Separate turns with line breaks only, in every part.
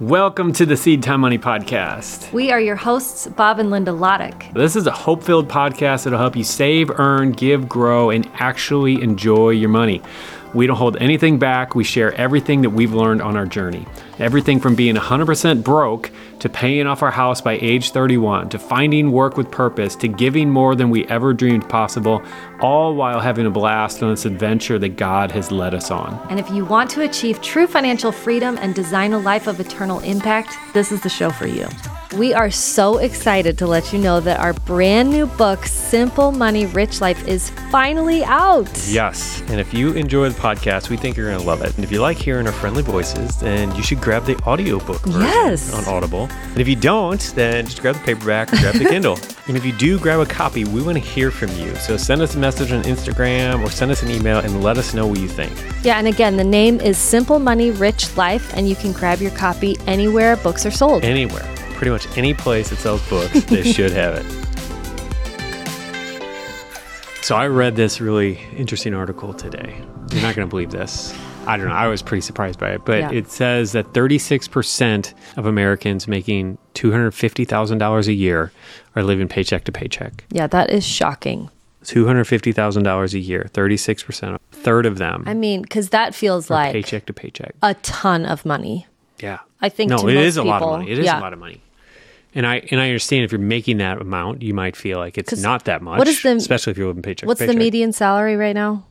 Welcome to the Seed Time Money Podcast.
We are your hosts, Bob and Linda Loddick.
This is a hope filled podcast that'll help you save, earn, give, grow, and actually enjoy your money. We don't hold anything back. We share everything that we've learned on our journey. Everything from being 100% broke to paying off our house by age 31 to finding work with purpose to giving more than we ever dreamed possible, all while having a blast on this adventure that God has led us on.
And if you want to achieve true financial freedom and design a life of eternal impact, this is the show for you. We are so excited to let you know that our brand new book, Simple Money Rich Life, is finally out.
Yes. And if you enjoy the podcast, we think you're going to love it. And if you like hearing our friendly voices, then you should grab the audiobook version
Yes.
on Audible. And if you don't, then just grab the paperback or grab the Kindle. And if you do grab a copy, we want to hear from you. So send us a message on Instagram or send us an email and let us know what you think.
Yeah, and again, the name is Simple Money Rich Life, and you can grab your copy anywhere books are sold.
Anywhere, pretty much any place that sells books, they should have it. So I read this really interesting article today. You're not going to believe this. I don't know. I was pretty surprised by it, but
Yeah.
it says that 36% of Americans making $250,000 a year are living paycheck to paycheck.
Yeah, that is shocking.
$250,000 a year, 36%, a third of them
I mean, because that feels
are
like
paycheck to paycheck.
a ton of money.
Yeah.
I think
no,
to
it
most
is a lot of
people,
money. It is
yeah.
a lot of money. And I and I understand if you're making that amount, you might feel like it's
'Cause
not that much.
what is the-
especially if you're living paycheck. to
What's the
paycheck.
median salary right now?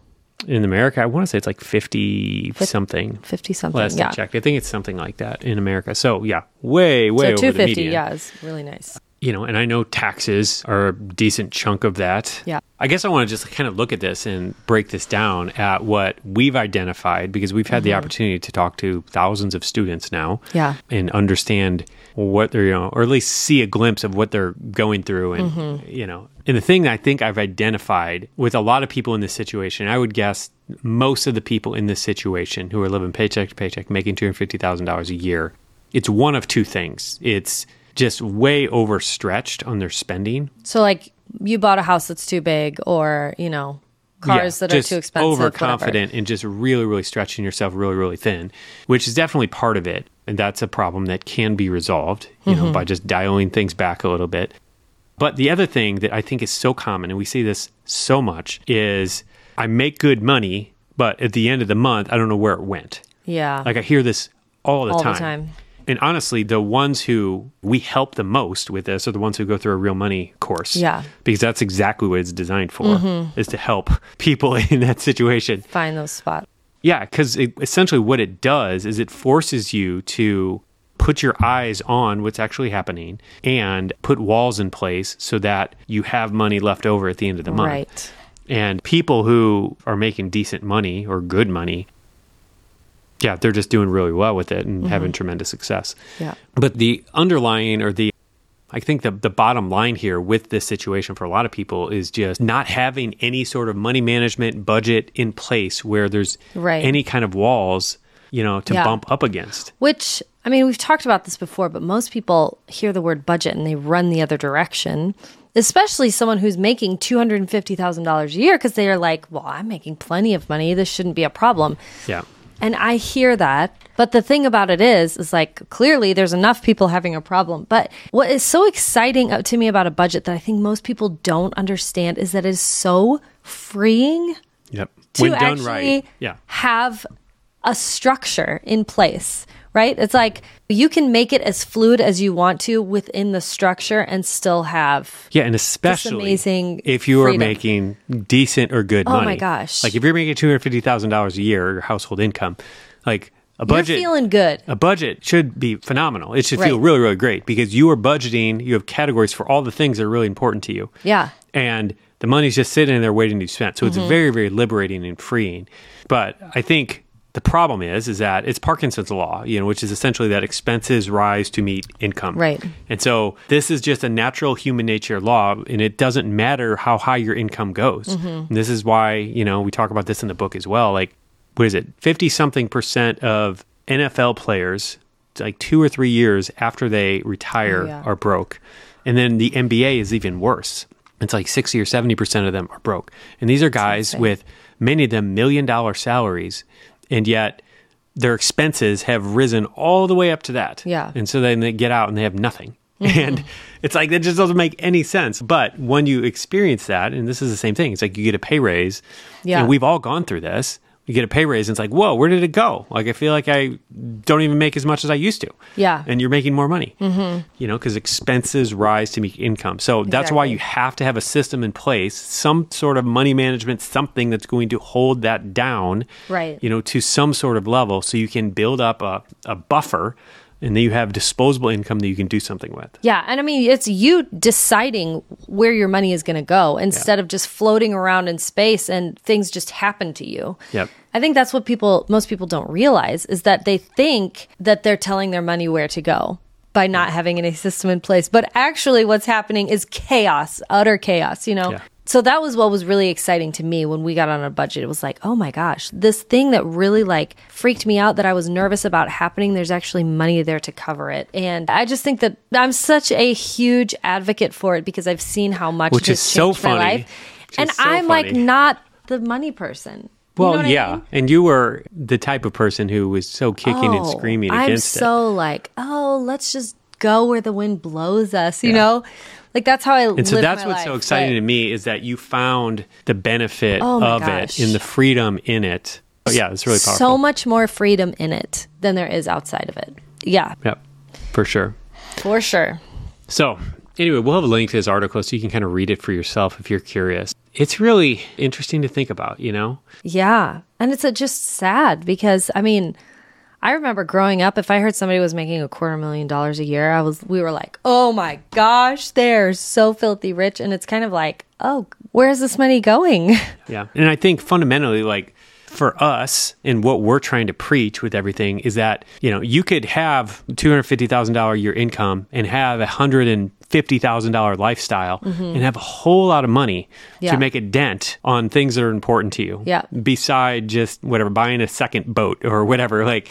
in America? I want to say it's like fifty something.
50 something.
Last
yeah.
I checked, I think it's something like that in America. So yeah, way way
So
over the
250,
median.
yeah, is really nice.
You know, and I know taxes are a decent chunk of that.
Yeah.
I guess I want to just kind of look at this and break this down at what we've identified because we've had
Mm-hmm.
the opportunity to talk to thousands of students now.
Yeah.
and understand what they're, you know, or at least see a glimpse of what they're going through. And, you know, and the thing that I think I've identified with a lot of people in this situation, I would guess most of the people in this situation who are living paycheck to paycheck, making $250,000 a year, it's one of two things. It's just way overstretched on their spending.
So, like, you bought a house that's too big, or, you know, cars
Yeah,
that are
just
too expensive. whatever.
overconfident and just really, really stretching yourself really, really thin, which is definitely part of it. And that's a problem that can be resolved, you
Mm-hmm.
know, by just dialing things back a little bit. But the other thing that I think is so common, and we see this so much, is I make good money, but at the end of the month, I don't know where it went.
Yeah.
Like I hear this all the
All the
time.
time.
And honestly, the ones who we help the most with this are the ones who go through a real money course.
Yeah. Mm-hmm.
Because that's exactly what it's designed for is to help people in that situation.
Find those spots.
Yeah, because essentially what it does is it forces you to put your eyes on what's actually happening and put walls in place so that you have money left over at the end of the month.
Right.
And people who are making decent money or good money, yeah, they're just doing really well with it and having tremendous success.
Mm-hmm. Yeah.
But the underlying or the I think the the bottom line here with this situation for a lot of people is just not having any sort of money management budget in place where there's
Right.
any kind of walls, you know, to
Yeah.
bump up against.
Which, I mean, we've talked about this before, but most people hear the word budget and they run the other direction, especially someone who's making $250,000 a year because they are like, well, I'm making plenty of money. This shouldn't be a problem.
Yeah.
And I hear that. But the thing about it is, is like clearly there's enough people having a problem. But what is so exciting up to me about a budget that I think most people don't understand is that it's so freeing
Yep.
to
when done
actually
right. Yeah.
have a structure in place, right? It's like you can make it as fluid as you want to within the structure and still have
Yeah, and especially
amazing
if you are
freedom.
making decent or good
Oh my
money.
gosh.
Like if you're making two hundred fifty thousand dollars a year, your household income, like a budget.
you're feeling good.
a budget should be phenomenal. It should feel
Right.
really, really great because you are budgeting. You have categories for all the things that are really important to you.
Yeah.
And the money's just sitting there waiting to be spent. So
Mm-hmm.
it's very, very liberating and freeing. But I think the problem is, is that it's Parkinson's law, you know, which is essentially that expenses rise to meet income.
Right.
And so this is just a natural human nature law, and it doesn't matter how high your income goes.
Mm-hmm.
And this is why, you know, we talk about this in the book as well. Like, what is it? 50 something percent of NFL players, like two or three years after they retire,
Oh, yeah.
are broke. And then the NBA is even worse. It's like 60 or 70% of them are broke. And these are guys with many of them million dollar salaries. And yet, their expenses have risen all the way up to that.
Yeah. Mm-hmm.
And so then they get out and they have nothing. And it's like, that just doesn't make any sense. But when you experience that, and this is the same thing, it's like you get a pay raise.
Yeah.
And we've all gone through this. You get a pay raise, and it's like, whoa, where did it go? Like, I feel like I don't even make as much as I used to.
Yeah.
And you're making more money, mm-hmm. you know, because expenses rise to meet income. So that's why
Exactly.
you have to have a system in place, some sort of money management, something that's going to hold that down
Right.
you know, to some sort of level so you can build up a, a buffer and then you have disposable income that you can do something with.
Yeah, and I mean it's you deciding where your money is going to go instead of just floating around in space and things just happen to you.
Yep.
I think that's what people most people don't realize is that they think that they're telling their money where to go by not having any system in place, but actually what's happening is chaos, utter chaos, you know.
Yeah.
So that was what was really exciting to me when we got on a budget. It was like, "Oh my gosh, this thing that really like freaked me out that I was nervous about happening, there's actually money there to cover it." And I just think that I'm such a huge advocate for it because I've seen how much
Which
it has
is so
changed my
funny.
life.
Which is
And
so
I'm like
funny.
not the money person. You know
Well,
what I
yeah.
mean?
And you were the type of person who was so kicking and
Oh,
screaming
I'm
against it.
so like, oh, let's just go where the wind blows us, you know? Like that's how I
And so that's what's so exciting to me is that you found the benefit
Oh my
of
gosh.
it and the freedom in it. Oh, yeah, it's really powerful.
So much more freedom in it than there is outside of it. Yeah,
Yep, for sure.
for sure.
So, anyway, we'll have a link to this article so you can kind of read it for yourself if you're curious. It's really interesting to think about, you know?
Yeah. And it's uh just sad because I mean, I remember growing up if I heard somebody was making a quarter million dollars a year, I was we were like, "Oh my gosh, they're so filthy rich." And it's kind of like, "Oh, where is this money going?"
Yeah. And I think fundamentally, like for us and what we're trying to preach with everything is that, you know, you could have $250,000 a year income and have a $150,000 lifestyle and have a whole lot of money
Mm-hmm. Yeah.
to make a dent on things that are important to you.
Yeah.
Beside just whatever, buying a second boat or whatever. Like,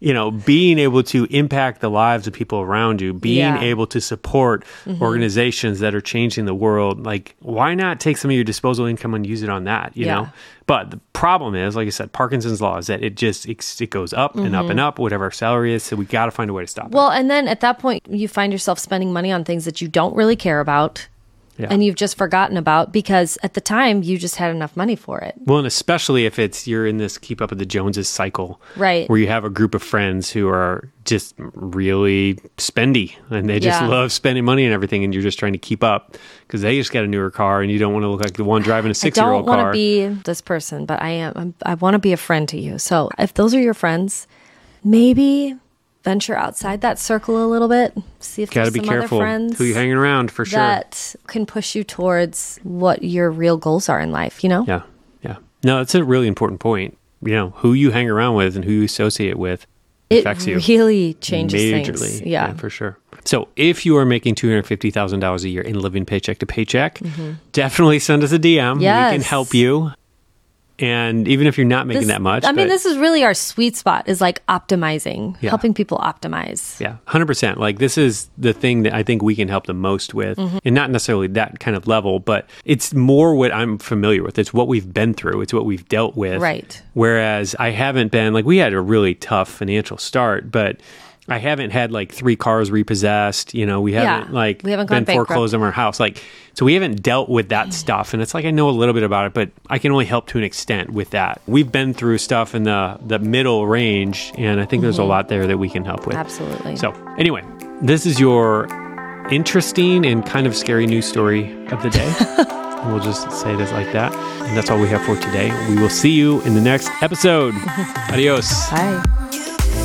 you know, being able to impact the lives of people around you, being
Yeah.
able able to support
Mm-hmm.
organizations that are changing the world, like why not take some of your disposable income and use it on that, you
Yeah.
know? But the problem is, like I said, Parkinson's law is that it just it, it goes up and up and up, whatever our salary is. So we got to find a way to stop
Mm-hmm. Well, and then at that point, you find yourself spending money on things that you don't really care about
Yeah.
and you've just forgotten about because at the time you just had enough money for it.
Well, and especially if it's you're in this keep up with the Joneses cycle,
Right.
Where you have a group of friends who are just really spendy and they just
Yeah.
love spending money and everything, and you're just trying to keep up because they just got a newer car and you don't want to look like the one driving a
I
six year
don't
old
want to
car.
be this person, but I am. I'm, I want to be a friend to you. So if those are your friends, maybe venture outside that circle a little bit. See if
got to
there's
be
some
careful
other friends
who you're hanging around for sure.
that can push you towards what your real goals are in life. You know?
Yeah. Yeah. No, that's a really important point. You know, who you hang around with and who you associate with
it
affects you
really changes things.
majorly.
Yeah.
For sure. So if you are making $250,000 a year and living paycheck to paycheck, definitely send us a DM. We can
Mm-hmm. Yes.
help you. And even if you're not making
This-
that much,
I mean,
but-
this is really our sweet spot is like optimizing,
Yeah.
helping people optimize.
Yeah, 100%. Like, this is the thing that I think we can help the most with.
Mm-hmm.
And not necessarily that kind of level, but it's more what I'm familiar with. It's what we've been through, it's what we've dealt with.
Right.
Whereas I haven't been, like, we had a really tough financial start, but. I haven't had like three cars repossessed, you know. We haven't like
we haven't gone
been
bankrupt.
foreclosed on our house, like so we haven't dealt with that stuff. And it's like I know a little bit about it, but I can only help to an extent with that. We've been through stuff in the the middle range, and I think there's a lot there that we can help with.
Absolutely.
So, anyway, this is your interesting and kind of scary news story of the day. And we'll just say this like that. And that's all we have for today. We will see you in the next episode. Adios.
Bye.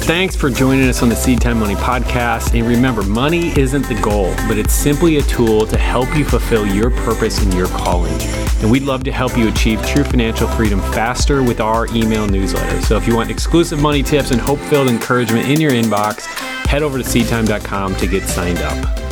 Thanks for joining us on the Seed Time Money podcast. And remember, money isn't the goal, but it's simply a tool to help you fulfill your purpose and your calling. And we'd love to help you achieve true financial freedom faster with our email newsletter. So if you want exclusive money tips and hope filled encouragement in your inbox, head over to seedtime.com to get signed up.